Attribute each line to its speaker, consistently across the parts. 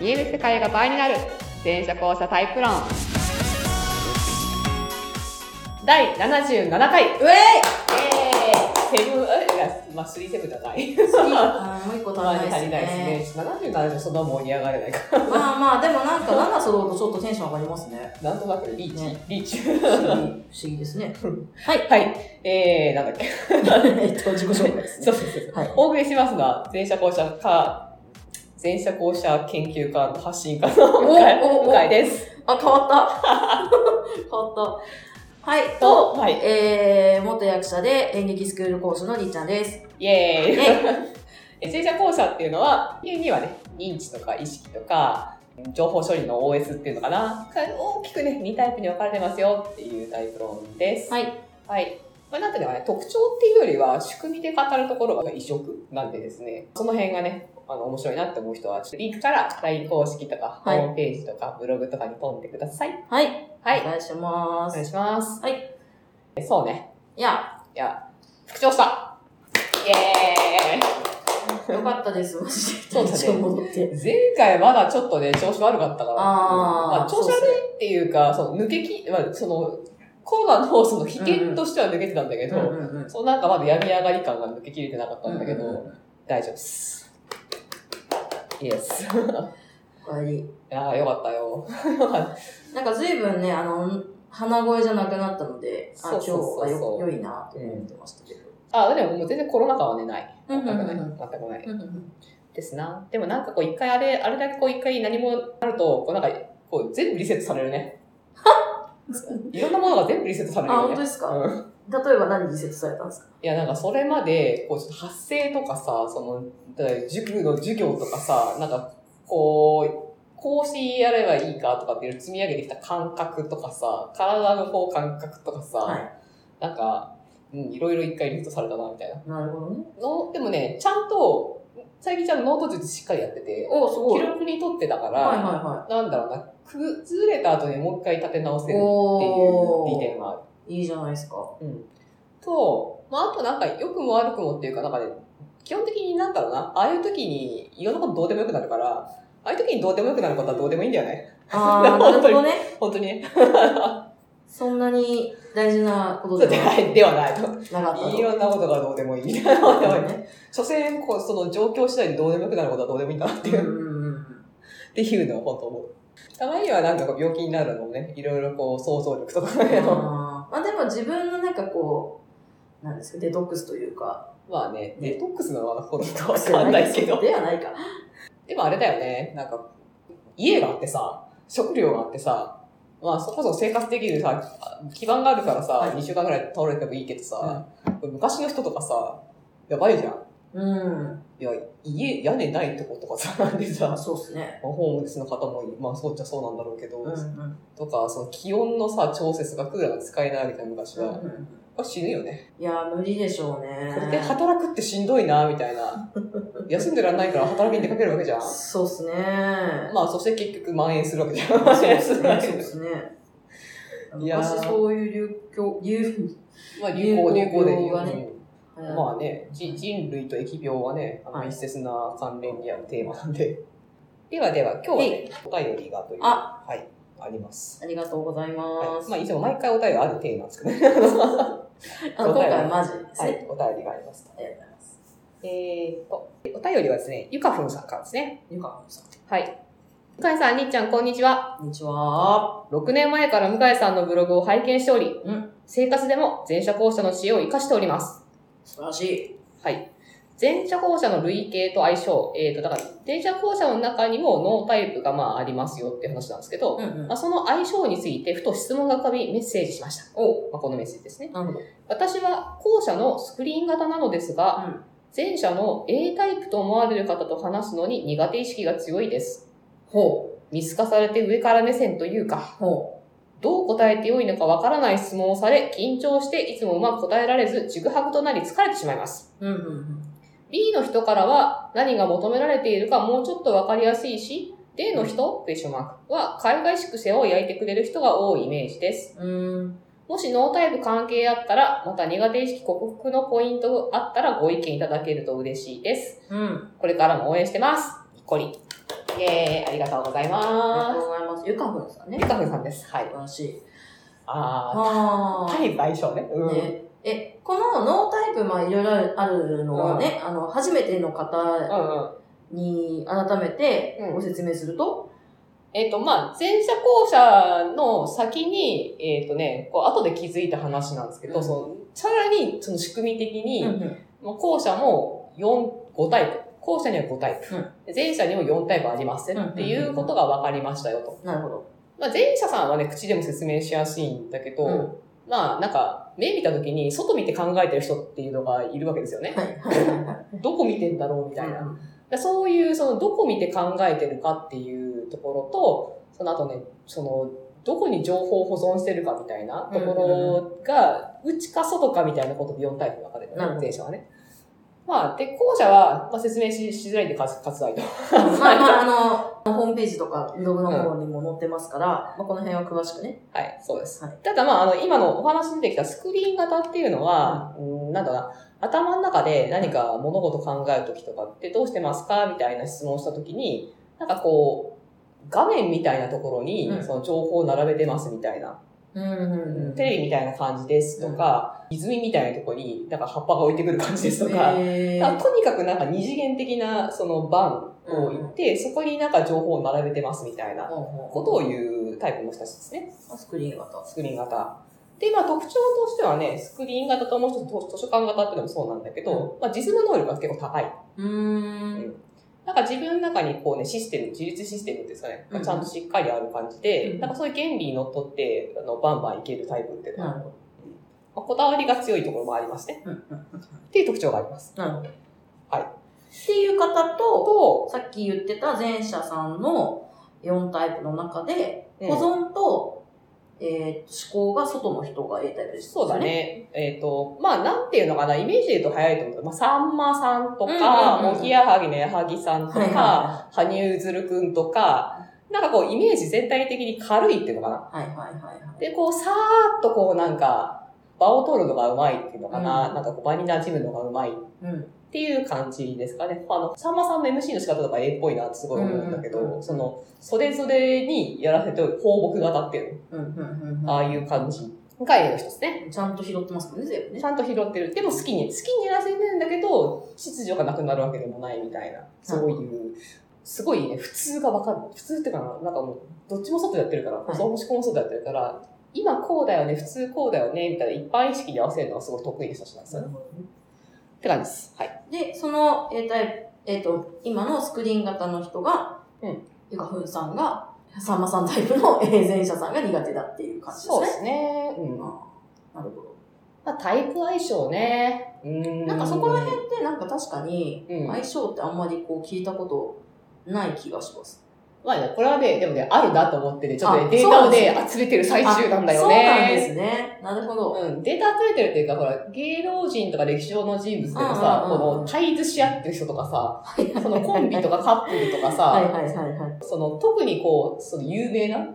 Speaker 1: 見える世界が倍になる全社交差タイプ論
Speaker 2: 第77回、
Speaker 3: うえい
Speaker 2: セブン、えいやまあ、スリーセブンじゃない。
Speaker 3: あーもう一個
Speaker 2: まあ、
Speaker 3: 足りな
Speaker 2: 足
Speaker 3: い
Speaker 2: り
Speaker 3: です
Speaker 2: ない
Speaker 3: ね。
Speaker 2: ですね。77じゃそんな盛り上がれないから。
Speaker 3: まあまあ、でもなんか7揃うとちょっとテンション上がりますね。
Speaker 2: なんとなくリーチ、
Speaker 3: ね
Speaker 2: リーチ。
Speaker 3: 不思議ですね。はい。
Speaker 2: はい。えー、なんだっけ。
Speaker 3: えっと、自己紹介です
Speaker 2: そ
Speaker 3: ね
Speaker 2: う。そう そう。
Speaker 3: はい。
Speaker 2: お送りしますが、全社校舎か、全社校舎研究家の発信家の向井
Speaker 3: おおお
Speaker 2: 向井です。
Speaker 3: あ、変わった。変わった。はい。と、
Speaker 2: と、はい。
Speaker 3: えー、元役者で演劇スクール講師のりっちゃんです。
Speaker 2: イエーイ
Speaker 3: イェ
Speaker 2: え正社校舎っていうのは、家にはね、認知とか意識とか、情報処理の OS っていうのかな。大きくね、2タイプに分かれてますよっていうタイプ論です。
Speaker 3: はい。
Speaker 2: はい。まあ、なんていうのかね、特徴っていうよりは、仕組みで語るところが異色なんでですね、その辺がね、あの、面白いなって思う人は、ちょっとリンクから LINE 公式とか、ホ
Speaker 3: はい
Speaker 2: ームページとか、ブログとかに飛んでください。
Speaker 3: はい。
Speaker 2: はい。
Speaker 3: お願いしま
Speaker 2: お願い
Speaker 3: す。
Speaker 2: します。
Speaker 3: はい。
Speaker 2: えそうね。
Speaker 3: いや、
Speaker 2: いや、復調したイエー
Speaker 3: よかったです、マジで。
Speaker 2: そうだね
Speaker 3: 体調戻って。
Speaker 2: イ前回まだちょっとね、調子悪かったから。
Speaker 3: あー
Speaker 2: まあ、調子悪いっていうか、その抜けき、まあ、その、コロナのその危険としては抜けてたんだけど、
Speaker 3: うんうんうん。
Speaker 2: そのなんかまだ病み上がり感が抜けきれてなかったんだけど、
Speaker 3: うんうんう
Speaker 2: 大丈夫です。イエス。
Speaker 3: おかえり。
Speaker 2: いやーよかったよ。
Speaker 3: なんか随分ね、あの、鼻声じゃなくなったので、あ、
Speaker 2: そ
Speaker 3: 今
Speaker 2: う
Speaker 3: 日
Speaker 2: そうそうそう
Speaker 3: はよ良いなと思ってましたけど。
Speaker 2: あ、でももう全然コロナ禍はね、ない。
Speaker 3: うん
Speaker 2: 全
Speaker 3: うん
Speaker 2: く
Speaker 3: うん
Speaker 2: ない。全くない。ですな。でもなんかこう一回あれ、あれだけこう一回何もなると、こうなんか、こう全部リセットされるね。いろんなものが全部リセットされる
Speaker 3: あ、
Speaker 2: よ
Speaker 3: 本当
Speaker 2: ね。
Speaker 3: ですか
Speaker 2: うん
Speaker 3: 例えば何リセットされたんですか
Speaker 2: いや、なんかそれまで、こう、ちょっと発声とかさ、その、だから塾の授業とかさ、なんか、こう、講師やればいいかとかっていう積み上げてきた感覚とかさ、体のこう感覚とかさ、
Speaker 3: はい。
Speaker 2: なんか、うん、いろいろ一回リフトされたな、みたいな。
Speaker 3: なるほどね。
Speaker 2: の、でもね、ちゃんと、最近ちゃんとノート術しっかりやってて、
Speaker 3: お、すご
Speaker 2: 記
Speaker 3: い。はい
Speaker 2: 録に取ってたから、
Speaker 3: はいは
Speaker 2: なんだろうな、崩れた後にもう一回立て直せ
Speaker 3: い。
Speaker 2: るっていう利
Speaker 3: おー。
Speaker 2: 点がある。
Speaker 3: いいじゃないですか。
Speaker 2: うん。と、まあ、あとなんか、良くも悪くもっていうか、なんかね、基本的になんだろうな、ああいう時に、いろんなことどうでもよくなるから、ああいう時にどうでもよくなることはどうでもいいんだよね。
Speaker 3: あー、なるほどね。
Speaker 2: 本当にね。
Speaker 3: そんなに大事なこと
Speaker 2: そう
Speaker 3: で
Speaker 2: で
Speaker 3: は
Speaker 2: ない、ではないと。
Speaker 3: なかったと。
Speaker 2: いろんなことがどうでもいいみ たいな
Speaker 3: な
Speaker 2: こと
Speaker 3: る
Speaker 2: で
Speaker 3: ほ
Speaker 2: もい
Speaker 3: ど
Speaker 2: いね。
Speaker 3: ね。
Speaker 2: 所詮、こう、その状況次第でどうでもよくなることはどうでもいいんだなって
Speaker 3: う
Speaker 2: い
Speaker 3: んう
Speaker 2: う、
Speaker 3: んうんうん。
Speaker 2: っていうのを本当思う。たまにはなんかこう病気になるのもね、いろいろこう、想像力とかね、
Speaker 3: あーまあでも自分のなんかこう、なんですか、デトックスというか。
Speaker 2: まあね、デトックスなのはほとんど
Speaker 3: デトッ
Speaker 2: わ
Speaker 3: クス
Speaker 2: かんないけど。
Speaker 3: ではないか。
Speaker 2: でもあれだよね、なんか、家があってさ、食料があってさ、まあそこそこ生活できるさ、基盤があるからさ、
Speaker 3: はい
Speaker 2: 2週間ぐらい倒れてもいいけどさ、昔の人とかさ、やばいじゃん。
Speaker 3: うん。
Speaker 2: いや、家、屋根ないとことかさ、 でさ、ま
Speaker 3: あ
Speaker 2: あ
Speaker 3: そうですね。
Speaker 2: ホームレスの方もいまあそうっちゃそうなんだろうけど、
Speaker 3: うんうん
Speaker 2: とか、その気温のさ、調節がクーラーが使えないみたいな昔は、
Speaker 3: うんうん
Speaker 2: あ死ぬよね。
Speaker 3: いやー、無理でしょうね。
Speaker 2: これで働くってしんどいな、みたい な。休んでらんないから働きに出かけるわけじゃん。
Speaker 3: そうっすね。
Speaker 2: まあ、そして結局蔓延するわけじゃん。
Speaker 3: そうっすね。そうっすね。
Speaker 2: いやー
Speaker 3: 昔そういう流行、流
Speaker 2: まあ、流行、流行で言う。
Speaker 3: 流行がね
Speaker 2: うんまあね、じ人類と疫病はね、あの
Speaker 3: はい
Speaker 2: 密接な関連にあるテーマなんで。ではでは、今日はね、お便りがという、
Speaker 3: あ
Speaker 2: はい、あります。
Speaker 3: ありがとうございま
Speaker 2: はい、
Speaker 3: す。
Speaker 2: まあ、いつも毎回お便りあるテーマですけどね。は
Speaker 3: あの今回マジですね。
Speaker 2: い、お便りがあります。
Speaker 3: ありがとうございます。
Speaker 2: えー、っと、お便りはですね、ゆかふんさんからですね。
Speaker 3: ゆかさん、
Speaker 2: はい。向井さん、にっちゃん、こんにちは。
Speaker 3: こんにちは。
Speaker 2: 6年前から向井さんのブログを拝見しており、
Speaker 3: うん
Speaker 2: 生活でも前者後者の知恵を活かしております。
Speaker 3: 素晴らしい。
Speaker 2: はい。前者後者の類型と相性、えー、と、だから、前者後者の中にもノータイプがまあありますよっていう話なんですけど、
Speaker 3: うんうん。
Speaker 2: まあ、その相性について、ふと質問が浮かび、メッセージしました。
Speaker 3: お
Speaker 2: まあ、このメッセージですね。
Speaker 3: なるほど。
Speaker 2: 私は後者のスクリーン型なのですが、
Speaker 3: うん
Speaker 2: 前者の A タイプと思われる方と話すのに苦手意識が強いです。
Speaker 3: ほ
Speaker 2: 見透かされて上から目線というか、
Speaker 3: う。ほ
Speaker 2: どう答えてよいのかわからない質問をされ、緊張していつもうまく答えられず、ちぐはぐとなり疲れてしまいます。
Speaker 3: う。うんうんうん。
Speaker 2: B の人からは、何が求められているかもうちょっとわかりやすいし、D の人、クエスチョンマークは、海外宿世を焼いてくれる人が多いイメージです。
Speaker 3: うーん。
Speaker 2: もしノータイプ関係あったら、また苦手意識克服のポイントがあったらご意見いただけると嬉しいです。
Speaker 3: うん。
Speaker 2: これからも応援してます。にっこり。イェーイありがとうござい
Speaker 3: ありがと
Speaker 2: ま
Speaker 3: うございます。ゆかふんさんね
Speaker 2: す。ゆ。かふんさんです。はい
Speaker 3: 素。晴らしい。
Speaker 2: あ
Speaker 3: あ
Speaker 2: あ、
Speaker 3: ー
Speaker 2: タイ対象ね。うん。
Speaker 3: ね、え、このノータイプ、まあいろいろあるのはね、あの、初めての
Speaker 2: う
Speaker 3: 方
Speaker 2: んうん。
Speaker 3: に改めて
Speaker 2: うん
Speaker 3: ご説明すると、
Speaker 2: えっ、と、まあ、前者後者の先に、えっ、とね、こう、後で気づいた話なんですけど、
Speaker 3: うん
Speaker 2: その、さらに、その仕組み的に、
Speaker 3: うんうん
Speaker 2: まあ後者も4、5タイプ。後者には5タイプ。前者にも4タイプありますねっていうことが分かりましたよと。
Speaker 3: なるほど。
Speaker 2: まあ、前者さんはね、口でも説明しやすいんだけど、
Speaker 3: うん
Speaker 2: まあ、なんか、目見た時に、外見て考えてる人っていうのがいるわけですよね。
Speaker 3: はいはいはい はい。
Speaker 2: どこ見てんだろうみたいな。でそういう、その、どこ見て考えてるかっていうところと、その後ね、その、どこに情報を保存してるかみたいなところが、内か外かみたいなことで4タイプ分かれて
Speaker 3: なる
Speaker 2: る、
Speaker 3: ほど
Speaker 2: 前者はね。まあ、で、後者は、まあ、説明ししづらいんで、割割愛と。
Speaker 3: ま あまあ、あの、ホームページとかブログの方にも載ってますから、まあこの辺は詳しくね。
Speaker 2: はい、そうです。
Speaker 3: はい
Speaker 2: ただまあ、あの、今のお話に出てきたスクリーン型っていうのは、うん、なんだろうな、頭の中で何か物事考えるときとかってどうしてますかみたいな質問をしたときに、なんかこう、画面みたいなところに
Speaker 3: うん、
Speaker 2: その情報を並べてますみたいな、
Speaker 3: うんうんうん。
Speaker 2: テレビみたいな感じですとか、泉みたいなところに、なんか葉っぱが置いてくる感じですとか、
Speaker 3: へ
Speaker 2: あ
Speaker 3: ー
Speaker 2: とにかくなんか二次元的なその番を言って、そこになんか情報を並べてますみたいな
Speaker 3: ほうほう
Speaker 2: ことを言うタイプの人たちですね。
Speaker 3: スクリーン型。
Speaker 2: スクリーン型。で、まあ特徴としてはね、スクリーン型ともう一つ図図書館型っていうのもそうなんだけど、まあ実務能力が結構高い。
Speaker 3: うーん。
Speaker 2: なんか自分の中にこうね、システム、自立システムっていうんですかね、
Speaker 3: うん
Speaker 2: ちゃんとしっかりある感じで、
Speaker 3: うん
Speaker 2: なんかそういう原理にのっとって、あの、バンバンいけるタイプっていうのは、
Speaker 3: な
Speaker 2: ま
Speaker 3: るほど。
Speaker 2: あこだわりが強いところもありますね。
Speaker 3: うんうんうん
Speaker 2: っていう特徴があります。
Speaker 3: なるほど。
Speaker 2: はい
Speaker 3: っていう方と、
Speaker 2: と、
Speaker 3: さっき言ってた前者さんの4タイプの中で、
Speaker 2: うん
Speaker 3: 保存と、えー思考が外の人が A タイプです、
Speaker 2: そうだ。ね。えっ、と、まあ、なんていうのかな、イメージで言うと早いと思うけど、まあ、さんまさんとか、
Speaker 3: うんうんうん
Speaker 2: もぎやはぎのやはぎさんとか、
Speaker 3: はいは
Speaker 2: 羽生結弦くんとか、なんかこうイメージ全体的に軽いっていうのかな。
Speaker 3: いはい。はいはいはいはい。
Speaker 2: で、こうさーっとこうなんか場を取るのがうまいっていうのかな。
Speaker 3: うん
Speaker 2: なんかこう場に馴染むのがうまいっ
Speaker 3: うん。
Speaker 2: ていう感じですかね。あの、さんまさんの MC の仕方とか絵っぽいなってすごい思うんだけど、
Speaker 3: うん
Speaker 2: その、それぞれにやらせておく放牧型っていう
Speaker 3: うん。うん。うん。
Speaker 2: の、ああいう感じが絵の一つね。
Speaker 3: ちゃんと拾ってますもんね、全部ね
Speaker 2: ち。ゃんと拾ってる。でも好きに、好きにやらせてるんだけど、秩序がなくなるわけでもないみたいな、そういう、すごいね、普通がわかる。普通っていうかな、なんかもう、どっちも外でやってるから、
Speaker 3: い
Speaker 2: そう、もしこも外でやってるから、今こうだよね、普通こうだよね、みたいな一般意識に合わせるのがすごい得意な人たちなんですよね。って感じです。はい。
Speaker 3: で、その A タイプ、えっ、と、今のスクリーン型の人が、
Speaker 2: うん
Speaker 3: ゆかふんさんが、さんまさんタイプの A 前者さんが苦手だっていう感じです
Speaker 2: そうで
Speaker 3: ね。
Speaker 2: すね。うん。ま
Speaker 3: なるほど。
Speaker 2: あ、タイプ相性ね。うん。
Speaker 3: なんかそこら辺ってなんか確かに
Speaker 2: うん
Speaker 3: 相性ってあんまりこう聞いたことない気がします。
Speaker 2: まあね、これはね、でもね、あるなと思ってね、ちょっと
Speaker 3: あ
Speaker 2: ね、データ
Speaker 3: そ
Speaker 2: を
Speaker 3: うです
Speaker 2: ね、集めてる最中なんだよね。
Speaker 3: そうなんですね。なるほど。
Speaker 2: うん、データ集めてるっていうか、ほら、芸能人とか歴史上の人物でもさ、
Speaker 3: うんうんう
Speaker 2: こ
Speaker 3: ん
Speaker 2: の、タイズし合ってる人とかさ、そのコンビとかカップルとかさ、
Speaker 3: はいはいはいはい。
Speaker 2: その、特にこう、その有名な、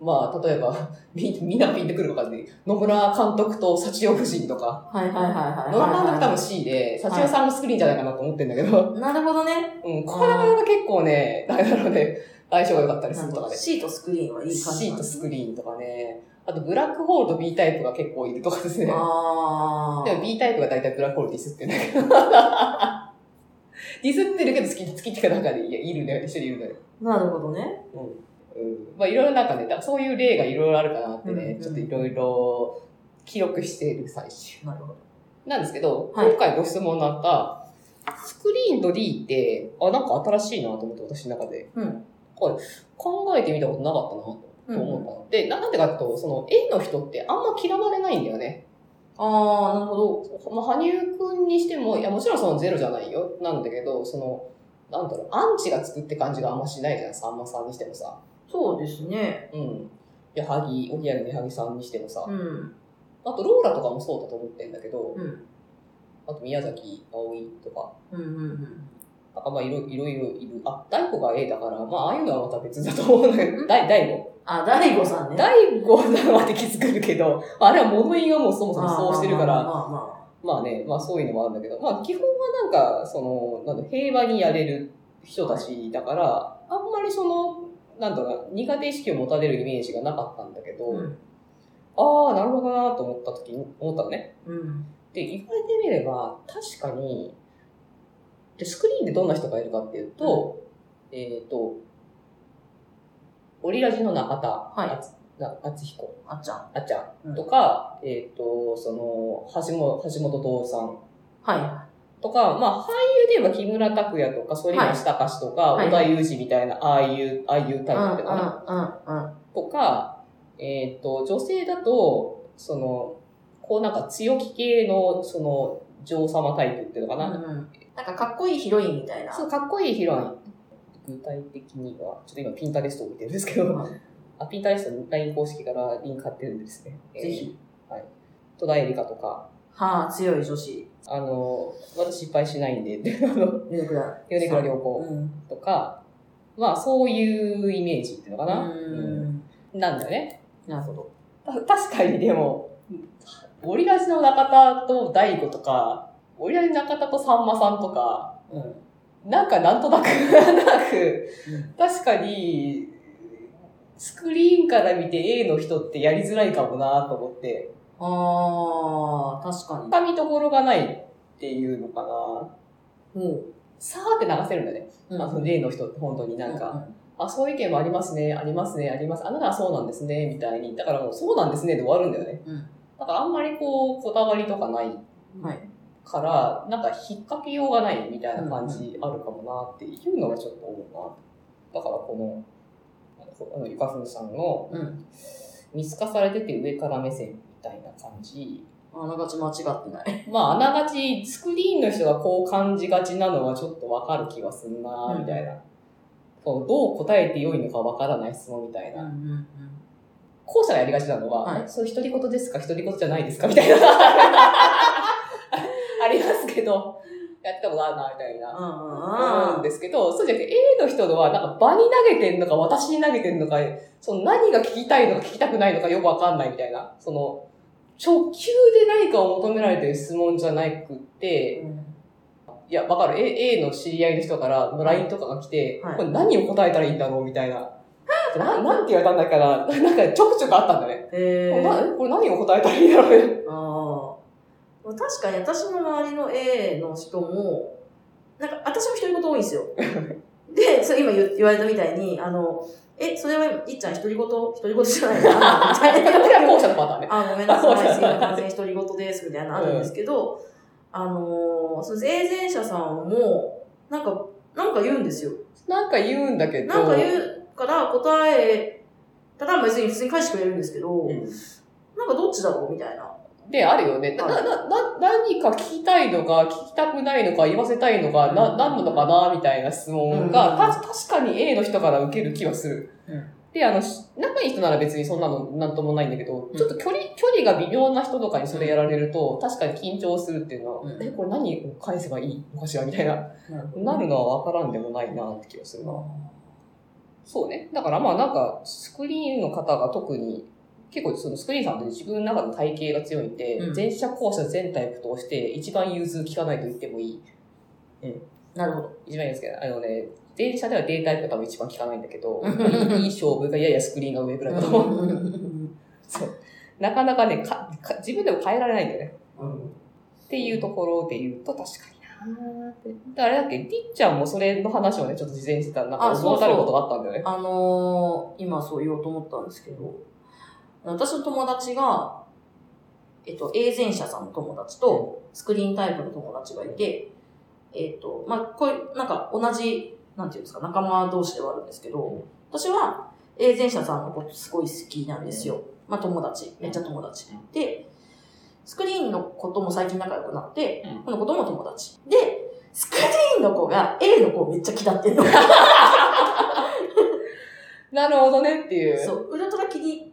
Speaker 2: まあ、例えば、み、みんなピンとくるのかね、野村監督と幸代夫人とか、
Speaker 3: はいはいはいはい。
Speaker 2: 野村監督多分
Speaker 3: は
Speaker 2: C で、幸代さんのスクリーンじゃないかなと思ってんだけど、
Speaker 3: いなるほどね。
Speaker 2: うん、これはなんか結構ね、なんだろうね、相性が良かったりするとかね。
Speaker 3: シートスクリーンはいい感じ
Speaker 2: シ
Speaker 3: な
Speaker 2: ー
Speaker 3: ん
Speaker 2: ト
Speaker 3: です
Speaker 2: スクリーンとかね、あとブラックホールと B タイプが結構いるとかですね。
Speaker 3: あ
Speaker 2: でも B タイプが大体ブラックホールディスってんだけど。 ディスってるけど好き、好きっていうかなんかね、いや、いるね、一緒にいるね。
Speaker 3: あ。なるほどね。
Speaker 2: うん。まあいろいろなんかね、だからそういう例がいろいろあるかなってね、
Speaker 3: うんうん
Speaker 2: ちょっといろいろ記録している最終。
Speaker 3: なるほど。
Speaker 2: なんですけど、
Speaker 3: はい
Speaker 2: 今回ご質問のあった、スクリーンと D って、あ、なんか新しいなと思って私の中で。
Speaker 3: うん
Speaker 2: はい。考えてみたことなかったなと思ったの。で、ななんでかっていうと、その A の人ってあんま嫌われないんだよね。
Speaker 3: ああ、なるほど。
Speaker 2: まあ、羽生くんにしても、いや、もちろんそのゼロじゃないよ。なんだけど、その、なんだろう、アンチがつくって感じがあんましないじゃん、さんまさんにしてもさ。
Speaker 3: そうですね。
Speaker 2: うん。矢作、おぎやの矢作さんにしてもさ。
Speaker 3: うん。
Speaker 2: あと、ローラとかもそうだと思ってんだけど、
Speaker 3: うん。
Speaker 2: あと、宮崎葵とか、
Speaker 3: うんうんうん。
Speaker 2: なんかまあ、いろいろいろいる。あ、大悟が A だから、まあ、ああいうのはまた別だと思うんだけど、大大悟。
Speaker 3: あ、大悟さんね。
Speaker 2: 大悟だまで気づくけど、あれは物言いがもうそもそもそうしてるか
Speaker 3: あー
Speaker 2: ら、
Speaker 3: まあまあまあ
Speaker 2: まあね、まあそういうのもあるんだけど、まあ基本はなんか、その、なんだ平和にやれる人たちだから、あんまりその、なんだろうな、苦手意識を持たれるイメージがなかったんだけど、
Speaker 3: うん。
Speaker 2: ああ、なるほどなと思った時に、思ったのね。
Speaker 3: うん。
Speaker 2: で、言われてみれば、確かに、で、スクリーンでどんな人がいるかっていうと、えっ、と、オリラジの中田、
Speaker 3: い
Speaker 2: あつな厚彦、
Speaker 3: あっちゃん。
Speaker 2: あっちゃ
Speaker 3: うん
Speaker 2: んとか、えっ、と、その、橋本、橋本徹さん
Speaker 3: は
Speaker 2: とか、まあ、俳優で言えば木村拓哉とか、反町隆史とか、
Speaker 3: はい
Speaker 2: 織田裕二みたいな、ああいう、ああいう
Speaker 3: い。うん。う
Speaker 2: タイプとかね、
Speaker 3: ん。うん。うん。
Speaker 2: とか、えっ、と、女性だと、その、こうなんか強気系の、その、女王様タイプっていうのかな。
Speaker 3: うんなんかかっこいいヒロインみたいな。
Speaker 2: そう、かっこいいヒロイン。具体的には、ちょっと今ピンタレストを見てるんですけど、
Speaker 3: うん
Speaker 2: あピンタレストの LINE 公式からリンク貼ってるんですね。
Speaker 3: ぜひ。
Speaker 2: えー。戸田恵梨香とか、
Speaker 3: はあ、強い女子。
Speaker 2: あの、私失敗しないんで、ってあの
Speaker 3: 米倉。
Speaker 2: 米倉涼子。
Speaker 3: うん。
Speaker 2: とか、まあそういうイメージっていうのかな。
Speaker 3: うん。
Speaker 2: なんだよね。
Speaker 3: なるほど。
Speaker 2: た確かにでも、オリラジの中田と大悟とか、オリラジの中田とさんまさんとか、
Speaker 3: うん。
Speaker 2: なんかなんとなく、なんく、確かに、スクリーンから見て A の人ってやりづらいかもなと思って、
Speaker 3: ああ、確か
Speaker 2: 掴みどころがないっていうのかな。
Speaker 3: に。も
Speaker 2: さーって流せるんだね。
Speaker 3: う
Speaker 2: あの A の人って本当になんか。。あ、そういう意見もありますね、ありますね、あります。あなたはそうなんですね、みたいに。だからもう、そうなんですねで終わるんだよね。
Speaker 3: うん
Speaker 2: だからあんまりこう、こだわりとかない
Speaker 3: はい。
Speaker 2: から、なんか引っ掛けようがないみたいな感じあるかもなっていうのがちょっと思うな。だからこの、あのゆかふんさんの
Speaker 3: うん。
Speaker 2: 見透かされてて上から目線みたいな感じ。
Speaker 3: あながち間違ってない。
Speaker 2: まあ、あながちスクリーンの人がこう感じがちなのはちょっとわかる気がするなみたいな。こうどう答えてよいのかわからない質問みたいな。
Speaker 3: うん。
Speaker 2: 後者がやりがちなのは、
Speaker 3: はい
Speaker 2: えそれ独り言ですか独り言じゃないですかみたいな。 ありますけど、やってたことあるな、みたいな。思うん
Speaker 3: う
Speaker 2: ですけど、そうじゃなくて A の人のは、なんか場に投げてんのか、私に投げてんのか、その何が聞きたいのか聞きたくないのかよくわかんないみたいな。その、直球で何かを求められてる質問じゃなくって、
Speaker 3: ん。
Speaker 2: いや、わかる。A, A の知り合いの人から、LINE とかが来て、
Speaker 3: はい
Speaker 2: これ何を答えたらいいんだろうみたい な。ななんて言われたんだっけな。なんかちょくちょくあったんだね。
Speaker 3: え
Speaker 2: これな
Speaker 3: ー。
Speaker 2: これ何を答えたらいいんだ ろうね。
Speaker 3: ああ。確かに私の周りの A の人も、なんか私も独り言多いん ですよ。で、それ今言言われたみたいに、あの、え、それはいっちゃん独り言、独り言じゃないな、みたい
Speaker 2: こ
Speaker 3: な。
Speaker 2: れは後者のパターンね。
Speaker 3: あ、ごめんなさい、すいません、独り言です、みたいなのあるんですけど、あのー、その税前者さんも、なんか、なんか言うんですよ。
Speaker 2: なんか言うんだけど。
Speaker 3: なんか言うから答えただ別に普通に返してくれるんですけど、
Speaker 2: う
Speaker 3: なんかどっちだろうみたいな。
Speaker 2: んで、あるよね。な、な、な、何か聞きたいのか、聞きたくないのか、言わせたいのか、
Speaker 3: う
Speaker 2: な、
Speaker 3: ん
Speaker 2: 何なのかな、みたいな質問が、
Speaker 3: うん
Speaker 2: た、確かに A の人から受ける気はする。
Speaker 3: うん
Speaker 2: で、あの、し仲いい人なら別にそんなのなんともないんだけど
Speaker 3: う、ん
Speaker 2: ちょっと距離、距離が微妙な人とかにそれやられると、確かに緊張するっていうのは
Speaker 3: う、ん
Speaker 2: え、これ何を返せばいいのかしらみたいな、なるのはわからんでもないなって気がするな。そうね。だからまあなんか、スクリーンの方が特に、結構そのスクリーンさんって自分の中の体型が強いんで、
Speaker 3: うん
Speaker 2: 前者後者全タイプ通して一番融通聞かないと言ってもいい。
Speaker 3: なるほど。
Speaker 2: 一番いいんですけど、あのね、前者では D タイプが多分一番聞かないんだけど、
Speaker 3: うん
Speaker 2: いいいい勝負がややスクリーンが上ぐらいだと思う。
Speaker 3: 네.
Speaker 2: そう。なかなかねかか、自分でも変えられないんだよね。
Speaker 3: 음.
Speaker 2: っていうところで言うと確かになーって。だからあれだっけ、りっちゃんもそれの話をね、ちょっと事前にしてたなんか
Speaker 3: あそうそう
Speaker 2: 思い当たることがあったんだよね。
Speaker 3: あのー今そう言おうと思ったんですけど、私の友達が、えっと、永前者さんの友達と、スクリーンタイプの友達がいて、えっと、まあ、これ、なんか同じ、なんていうんですか、仲間同士ではあるんですけ
Speaker 2: うん
Speaker 3: ど、私は永前者さんのことすごい好きなんですよ。まあ、友達。めっちゃ友達
Speaker 2: うん。
Speaker 3: で、スクリーンのことも最近仲良くなって、
Speaker 2: うん
Speaker 3: この子とも友達。で、スクリーンの子が A の子をめっちゃ嫌ってんの。
Speaker 2: なるほどねっていう。
Speaker 3: そう、ウルトラ気に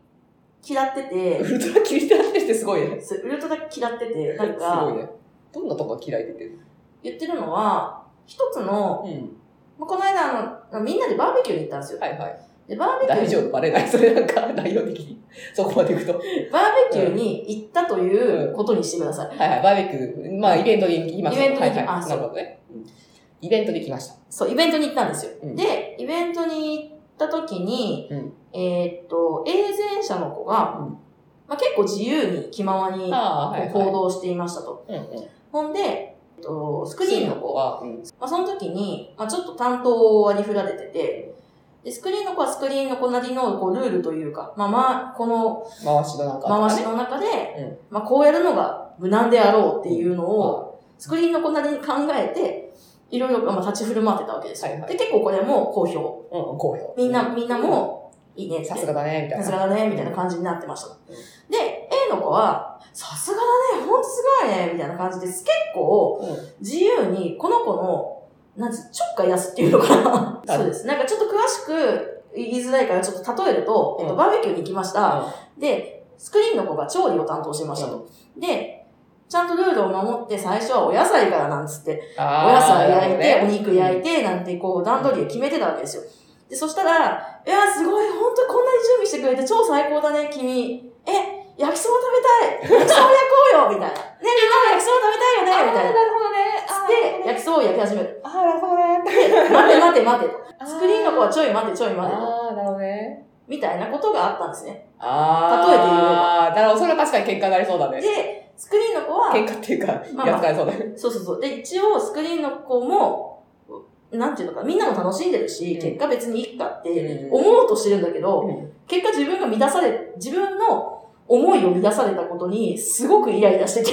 Speaker 3: 嫌ってて
Speaker 2: ウ、ルトラ切り出してってすごいね。
Speaker 3: そうウルトラ嫌ってて、なん
Speaker 2: すごい
Speaker 3: か、
Speaker 2: ね。どんなとこが嫌いって言ってる
Speaker 3: 言ってるのは、一つの、
Speaker 2: うん。
Speaker 3: まあこの間あの、みんなでバーベキューに行ったんですよ。
Speaker 2: はいはい。
Speaker 3: で、バーベキュー
Speaker 2: 大
Speaker 3: に
Speaker 2: 丈夫、バレない。それなんか、内容的に。そこまで行くと。は
Speaker 3: バーベキューに行ったということにしてください。
Speaker 2: いはい、バーベキュー。まあ、イベントに行きました。
Speaker 3: イベントに行き
Speaker 2: はいはい
Speaker 3: あそう
Speaker 2: なるほどね。うんイベントに行きました。
Speaker 3: そう、イベントに行ったんですよ。
Speaker 2: うん
Speaker 3: で、イベベントに行った時に、
Speaker 2: うん
Speaker 3: えーっと、永前者の子が、
Speaker 2: うん
Speaker 3: まあ、結構自由に気ままに
Speaker 2: ああ、はい、はい。
Speaker 3: 行動していましたと。
Speaker 2: うんうん。
Speaker 3: ほんで、えっと、スクリーンの子は、
Speaker 2: は、うん。
Speaker 3: まあ、その時に、まあ、ちょっと担当割り振られてて、で、スクリーンの子はスクリーンの子なりのこうルールというか、まあまあ、この
Speaker 2: 回しの中とかね
Speaker 3: 回しの中で、
Speaker 2: うん
Speaker 3: まあこうやるのが無難であろうっていうのを、スクリーンの子なりに考えて、いろいろまあ立ち振る舞ってたわけですよ。
Speaker 2: はいはい
Speaker 3: で、結構これも好評。
Speaker 2: うんうん、好評。
Speaker 3: みんな、みんなも、いいねって、
Speaker 2: さすがだね、みたい
Speaker 3: さ
Speaker 2: な。
Speaker 3: すがだね、みたいな感じになってました。
Speaker 2: うん
Speaker 3: で、A の子は、さすがだね、ほんとすごいね、みたいな感じで、結構、
Speaker 2: うん。
Speaker 3: 自由に、この子の、なんつう、ちょっかい出すっていうの かな。
Speaker 2: い
Speaker 3: そうです。なんかちょっと詳しく言いづらいから、ちょっと例えると、えっ
Speaker 2: う
Speaker 3: と、
Speaker 2: ん
Speaker 3: バーベキューに行きました。
Speaker 2: うん
Speaker 3: で、スクリーンの子が調理を担当してましたと。で、ちゃんとルールを守って、最初はお野菜からなんつって、お
Speaker 2: あー
Speaker 3: 野菜焼いて、
Speaker 2: なるほど
Speaker 3: お
Speaker 2: ね
Speaker 3: 肉焼いて、なんてこう、段取りを決めてたわけですよ。で、そしたら、いや、すごい、本当こんなに準備してくれて、超最高だね、君。え、焼きそば食べたい焼きそば焼こうよみたいな。ね、みんなも焼きそば食べたいよねみたいな。
Speaker 1: ほどね。
Speaker 3: で、焼きそばを焼き始める。
Speaker 1: あー、なるほどね。
Speaker 3: 待て待て待てと。スクリーンの子は
Speaker 1: ち
Speaker 3: ちょい待てちょい
Speaker 2: あ
Speaker 3: 待てと。
Speaker 2: ー、なるほどね。
Speaker 3: みたいなことがあったんですね。
Speaker 2: あー、なるほど。それは確かに喧嘩になりそうだね。
Speaker 3: で、スクリーンの子は、
Speaker 2: 喧嘩っていうか、
Speaker 3: まあまあ
Speaker 2: やつかれそうだね。
Speaker 3: そうそうそう。で、一応スクリーンの子も、なんていうのか、みんなも楽しんでるし、
Speaker 2: うん
Speaker 3: 結果別にいいかって
Speaker 2: うん
Speaker 3: 思おうとしてるんだけど、
Speaker 2: うん
Speaker 3: 結果自分が乱され、自分の思いを乱されたことに、すごくイライラしてて。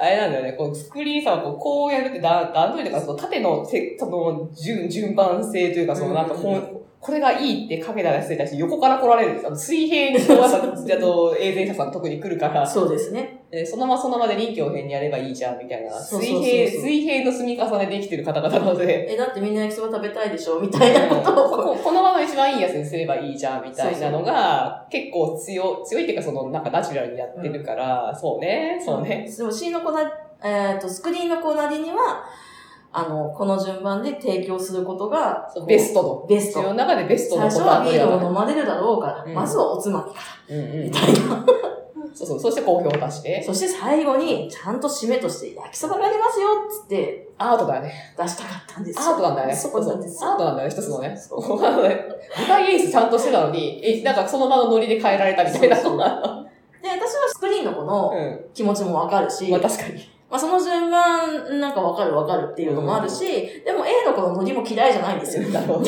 Speaker 2: あれなんだよね、こうスクリーンさんはこうこうやるって段段取りとか、その縦のせその順順番性というか、そのなんかこう、
Speaker 3: うん
Speaker 2: これがいいって影だらしてたし、横から来られるんですあの水平にこうやって、あと、永全者さん特に来るから、
Speaker 3: そうですね。
Speaker 2: えーそのままそのままで臨機応変にやればいいじゃん、みたいな。
Speaker 3: そう
Speaker 2: 水
Speaker 3: そうそうそう
Speaker 2: 平、水平の積み重ねできてる方々なので、
Speaker 3: え、だってみんな焼きそば食べたいでしょみたいなことをこう
Speaker 2: こ このまま一番いいやつにすればいいじゃんみたいなのが、結構強、強いっていうかその、なんかナチュラルにやってるから、そうね、そうね。
Speaker 3: でも C のコーナー、えっとスクリーンのコーナーにはあのこの順番で提供することが
Speaker 2: そうベストの。
Speaker 3: ベス
Speaker 2: 自分の
Speaker 3: ト
Speaker 2: 中でベスト
Speaker 3: 最
Speaker 2: の
Speaker 3: 初
Speaker 2: こと
Speaker 3: はビール
Speaker 2: は
Speaker 3: を飲まれるだろうから、
Speaker 2: うん
Speaker 3: まずはおつまみか
Speaker 2: うん
Speaker 3: ら
Speaker 2: う
Speaker 3: み
Speaker 2: ん。
Speaker 3: たいな、
Speaker 2: そうそう。そして好評を出して、
Speaker 3: そして最後にちゃんと締めとして焼きそばがありますよっつって
Speaker 2: アートだね。
Speaker 3: 出したかったんです
Speaker 2: ア
Speaker 3: よ
Speaker 2: ートなんだね。
Speaker 3: そこなんで
Speaker 2: う
Speaker 3: す
Speaker 2: そうアートなんだね、一つのね。
Speaker 3: そ
Speaker 2: そう あのね舞台演出ちゃんとしてたのに、え、なんかその場のノリで変えられたみたいな。
Speaker 3: そううで私はスクリーンの子の
Speaker 2: ん。
Speaker 3: 気持ちもわかるし、
Speaker 2: まあ
Speaker 3: ま
Speaker 2: 確か に。
Speaker 3: あ、その順番なんかわかるわかるっていうのもあるし、でも A の子のノリも嫌いじゃないんです よ
Speaker 2: なるほど。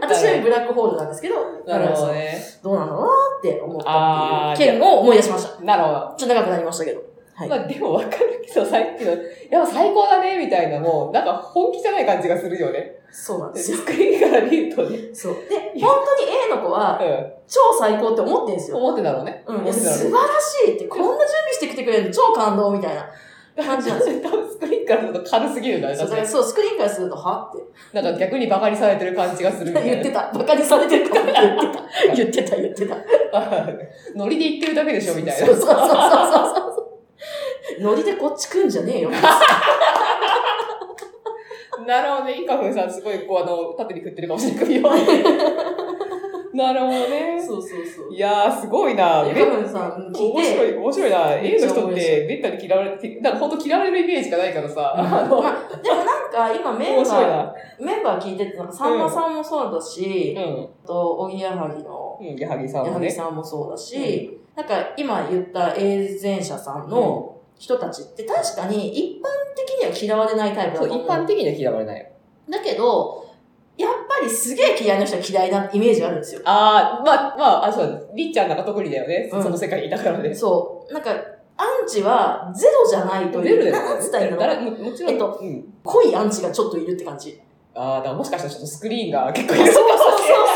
Speaker 3: 私よりブラックホールなんですけど
Speaker 2: なるほどね。
Speaker 3: どうなのかなって思った
Speaker 2: あ
Speaker 3: っ
Speaker 2: ー
Speaker 3: ていう件を思い出しました。ちょ
Speaker 2: なるほど。
Speaker 3: っと長くなりましたけど。はい
Speaker 2: まあでもわかるけど、さっきの、いや、最高だね、みたいな、もう、なんか本気じゃない感じがするよね。
Speaker 3: そうなんですよ。
Speaker 2: スクリーンから見るとね。
Speaker 3: そう。で、本当に A の子は
Speaker 2: う
Speaker 3: 超最高って思ってんです
Speaker 2: ん。
Speaker 3: よ。
Speaker 2: 思ってたろうね。
Speaker 3: うん、い
Speaker 2: 思
Speaker 3: や
Speaker 2: ってたろ
Speaker 3: 素晴らしいって、こんな準備してきてくれるの超感動みたいな。
Speaker 2: うね。多分スクリーンからすると軽すぎるんだよね、
Speaker 3: そう、
Speaker 2: 確か
Speaker 3: だから
Speaker 2: に。
Speaker 3: そうスクリーンからすると、はっ
Speaker 2: なんか逆に馬鹿にされてる感じがするみ
Speaker 3: て
Speaker 2: たいな。
Speaker 3: 言ってた。バカにされてるから 言ってた。言ってた、言ってた。
Speaker 2: ノリで言ってるだけでしょ、みたいな。
Speaker 3: そうそうそうそうそうそう。ノリでこっち来んじゃねえよ。
Speaker 2: なるほどね。イカフンさん、すごい、こう、あの、縦に振ってるかもしれない。首を なるほどね。
Speaker 3: そうそうそう。
Speaker 2: いやー、すごいな
Speaker 3: ゆかふんさん聞い
Speaker 2: 面白
Speaker 3: て、
Speaker 2: い、面白いな。
Speaker 3: めっ
Speaker 2: A
Speaker 3: ち
Speaker 2: の
Speaker 3: ゃ
Speaker 2: 人
Speaker 3: 面白い
Speaker 2: って、めったに嫌われて、なんか本当嫌われるイメージがないからさ、あ
Speaker 3: ま
Speaker 2: の、
Speaker 3: あ、でもなんか今メン
Speaker 2: 面
Speaker 3: バ
Speaker 2: 白い
Speaker 3: ー、
Speaker 2: な。
Speaker 3: メンバー聞いてて、なんかさんまさんもそうだし、
Speaker 2: うん。
Speaker 3: あと、おぎやはぎの
Speaker 2: うん、矢作さん
Speaker 3: や
Speaker 2: も
Speaker 3: はぎ
Speaker 2: ね。
Speaker 3: さんもそうだし、なんか今言った永前者さんの人たちって確かに一般的には嫌われないタイプだ
Speaker 2: そ
Speaker 3: と
Speaker 2: う、一
Speaker 3: 思う。
Speaker 2: 般的には嫌われないよ。
Speaker 3: だけど、やっぱりすげえ嫌いな人は嫌いなイメージがあるんですよ。
Speaker 2: ああ、まあ、まあ、あ、そう、りっちゃんなんか特にだよね。
Speaker 3: うん
Speaker 2: その世界にいたからね。
Speaker 3: そう。なんか、アンチはゼロじゃないと
Speaker 2: 出
Speaker 3: い
Speaker 2: る
Speaker 3: う、
Speaker 2: だ
Speaker 3: なんつったらいいん
Speaker 2: よ
Speaker 3: だ
Speaker 2: 誰
Speaker 3: ろう。
Speaker 2: ももちろん。
Speaker 3: えっと
Speaker 2: うん。
Speaker 3: 濃いアンチがちょっといるって感じ。
Speaker 2: ああ、だからもしかしたらちょっとスクリーンが結構い
Speaker 3: そう
Speaker 2: る
Speaker 3: そう
Speaker 2: の
Speaker 3: そう
Speaker 2: かもしれ
Speaker 3: そうそう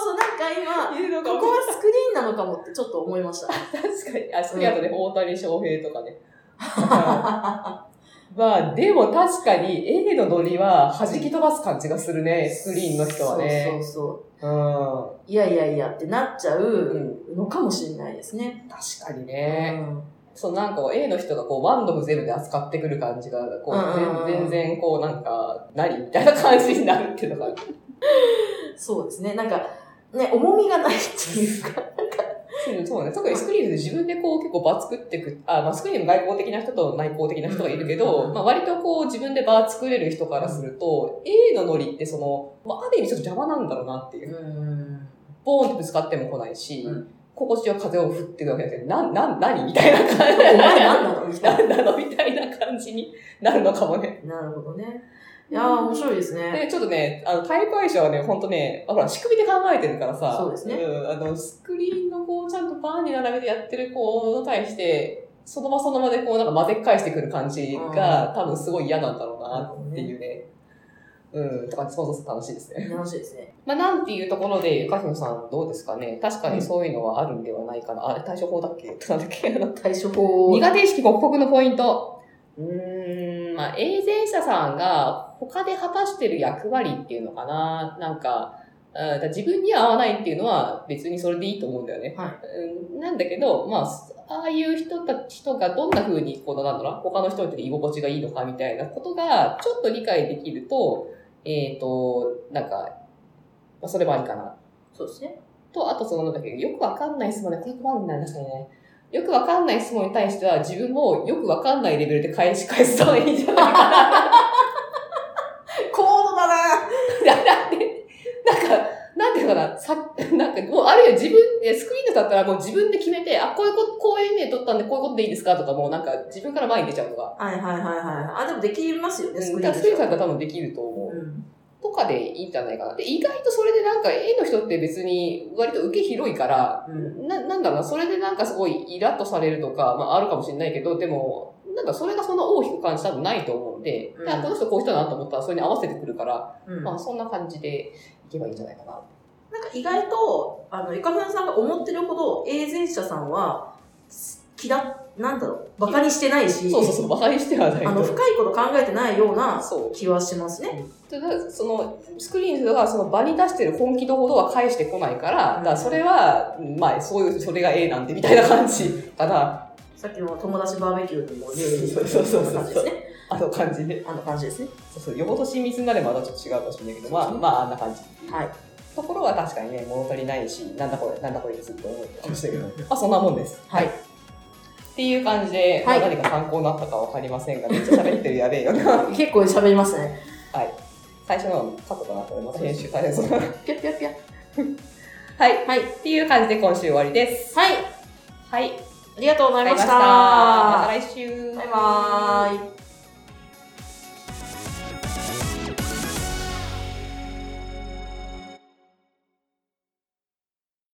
Speaker 3: そう。なんか今、
Speaker 2: ない。いるのか
Speaker 3: こ
Speaker 2: も
Speaker 3: こはスクリーンなのかもってちょっと思いました。
Speaker 2: 確かに。あ、スクリーンあとね、大谷翔平とかね。 まあ、でも確かに、A のノリは弾き飛ばす感じがするね、スクリーンの人は
Speaker 3: そう
Speaker 2: ね。
Speaker 3: そうそう。
Speaker 2: うん。
Speaker 3: いやいやいやってなっちゃう
Speaker 2: うん。
Speaker 3: のかもしれないですね。
Speaker 2: 確かに
Speaker 3: う
Speaker 2: ね。
Speaker 3: ん
Speaker 2: そう、なんかこう A の人がこう、ワンドフ全部で扱ってくる感じが、こ
Speaker 3: うんうんうん
Speaker 2: う、全全然こう、なんか、なりみたいな感じになるっていうのが、
Speaker 3: そうですね。なんか、ね、重みがないっていうか、
Speaker 2: リル、そうね。特にスクリールで自分でこう結構場作ってく、あ、まあスクリールも外交的な人と内向的な人がいるけ
Speaker 3: う
Speaker 2: ど、
Speaker 3: ん
Speaker 2: まあ割とこう自分で場作れる人からすると、A のノリってその、まあある意味ちょっと邪魔なんだろうなっていう。
Speaker 3: うん。
Speaker 2: ボーンってぶつかっても来ないし
Speaker 3: うん、
Speaker 2: 心地よく風を振ってるわけだけど、な、な、なにみたいな感じ。
Speaker 3: お前何なのみたいな
Speaker 2: 何なのみたいな感じになるのかもね。
Speaker 3: なるほどね。いやー、面白いですね。
Speaker 2: で、ちょっとね、あの、タイプ相性はね、ほんとね、ほら、仕組みで考えてるからさ、
Speaker 3: そうですね
Speaker 2: ん、あの、スクリーンのこう、ちゃんとバーンに並べてやってる子に対して、その場その場でこう、なんか混ぜ返してくる感じが、多分すごい嫌なんだろう
Speaker 3: なる
Speaker 2: な、
Speaker 3: ほど
Speaker 2: って
Speaker 3: ね。
Speaker 2: いうね。うん、とか、そうそうそう楽しいですね。
Speaker 3: 楽しいですね。
Speaker 2: まあ、なんていうところで、カヒョンさんどうですかね確かにそういうのはあるんではないかな。あれ、対処法だっけなんだっけあの
Speaker 3: 対処法を。
Speaker 1: 苦手意識克服のポイント。
Speaker 2: うーん、まあ、永前者さんが他で果たしてる役割っていうのかな。なんか、うんだから自分には合わないっていうのは別にそれでいいと思うんだよね。
Speaker 3: はい
Speaker 2: うんなんだけど、まあ、ああいう人た人がどんな風に、このなんだろうな、他の人にとって居心地がいいのかみたいなことが、ちょっと理解できると、えっ、と、なんか、まあ、それもありかな
Speaker 3: そうですね。
Speaker 2: と、あとその、なんだっけ、よくわかんない質問ね、これ困るんだよね、確かにね。よくわかんない質問に対しては、自分もよくわかんないレベルで返し返すといいんじゃないか な。
Speaker 3: 高度だな
Speaker 2: なんで、なんか、なんていうのかな、さ、なんか、もう、あるいは自分、いやスクリーンの人だったらもう自分で決めて、あ、こういうこと、こういうね、撮ったんで、こういうことでいいですかとか、もうなんか、自分から前に出ちゃうとか。
Speaker 3: はいはいはいはい。あ、でもできますよ
Speaker 2: う
Speaker 3: ね、
Speaker 2: ん
Speaker 3: スク
Speaker 2: だから
Speaker 3: リーン
Speaker 2: スク
Speaker 3: でし
Speaker 2: リー
Speaker 3: ょ
Speaker 2: ンさんだったら多分できると思う。
Speaker 3: うん。
Speaker 2: とかでいいんじゃないかな。で、意外とそれでなんか、A の人って別に割と受け広いから、
Speaker 3: うん。
Speaker 2: な、なんだろうな、それでなんかすごいイラッとされるとか、まああるかもしれないけど、でも、なんかそれがそんな大きく感じたくないと思うんで、
Speaker 3: うん
Speaker 2: だからこの人こういう人だなと思ったらそれに合わせてくるから、
Speaker 3: うん。
Speaker 2: まあそんな感じでいけばいいんじゃないかな。
Speaker 3: なんか意外と、あの、イカフェンさんが思ってるほど、永前者さんは、嫌、なんだろう、馬鹿にしてないし、
Speaker 2: そうそうそう、馬鹿にしてはない
Speaker 3: あの、
Speaker 2: と。
Speaker 3: 深いこと考えてないような
Speaker 2: そう。
Speaker 3: 気はしますね。
Speaker 2: ただ、その、スクリーンズがその場に出してる本気のほどは返してこないから、
Speaker 3: う
Speaker 2: だ
Speaker 3: ん
Speaker 2: からそれは、まあそういう、それが A なんでみたいな感じかな、
Speaker 3: さっきの友達バーベキューでも例に
Speaker 2: そうそうそうそう
Speaker 3: 感じですね。
Speaker 2: あの感じで。
Speaker 3: あの感じですね。
Speaker 2: そうそう、よほど親密になればまたちょっと違うかもしれないけど、まあ
Speaker 3: そうそう
Speaker 2: まああんな感じ。
Speaker 3: はい。
Speaker 2: ところは確かにね、物足りないし、なんだこれ、なんだこれですって思うかもしれないけど、まあそんなもんです。
Speaker 3: はい
Speaker 2: っていう感じで、まあ
Speaker 3: はい
Speaker 2: 何か参考になったかわかりませんが、めっちゃ喋ってるやべえよな。
Speaker 3: 結構喋りますね。
Speaker 2: 最初のカットかなこれまた編集大変そう。は
Speaker 3: ぴゃぴゃぴゃ。
Speaker 2: い。はい。っていう感じで今週終わりです。
Speaker 3: はい。
Speaker 2: はい。
Speaker 3: ありがとうございました。
Speaker 2: ありがとうございましたまた来週。
Speaker 3: バイバーイ。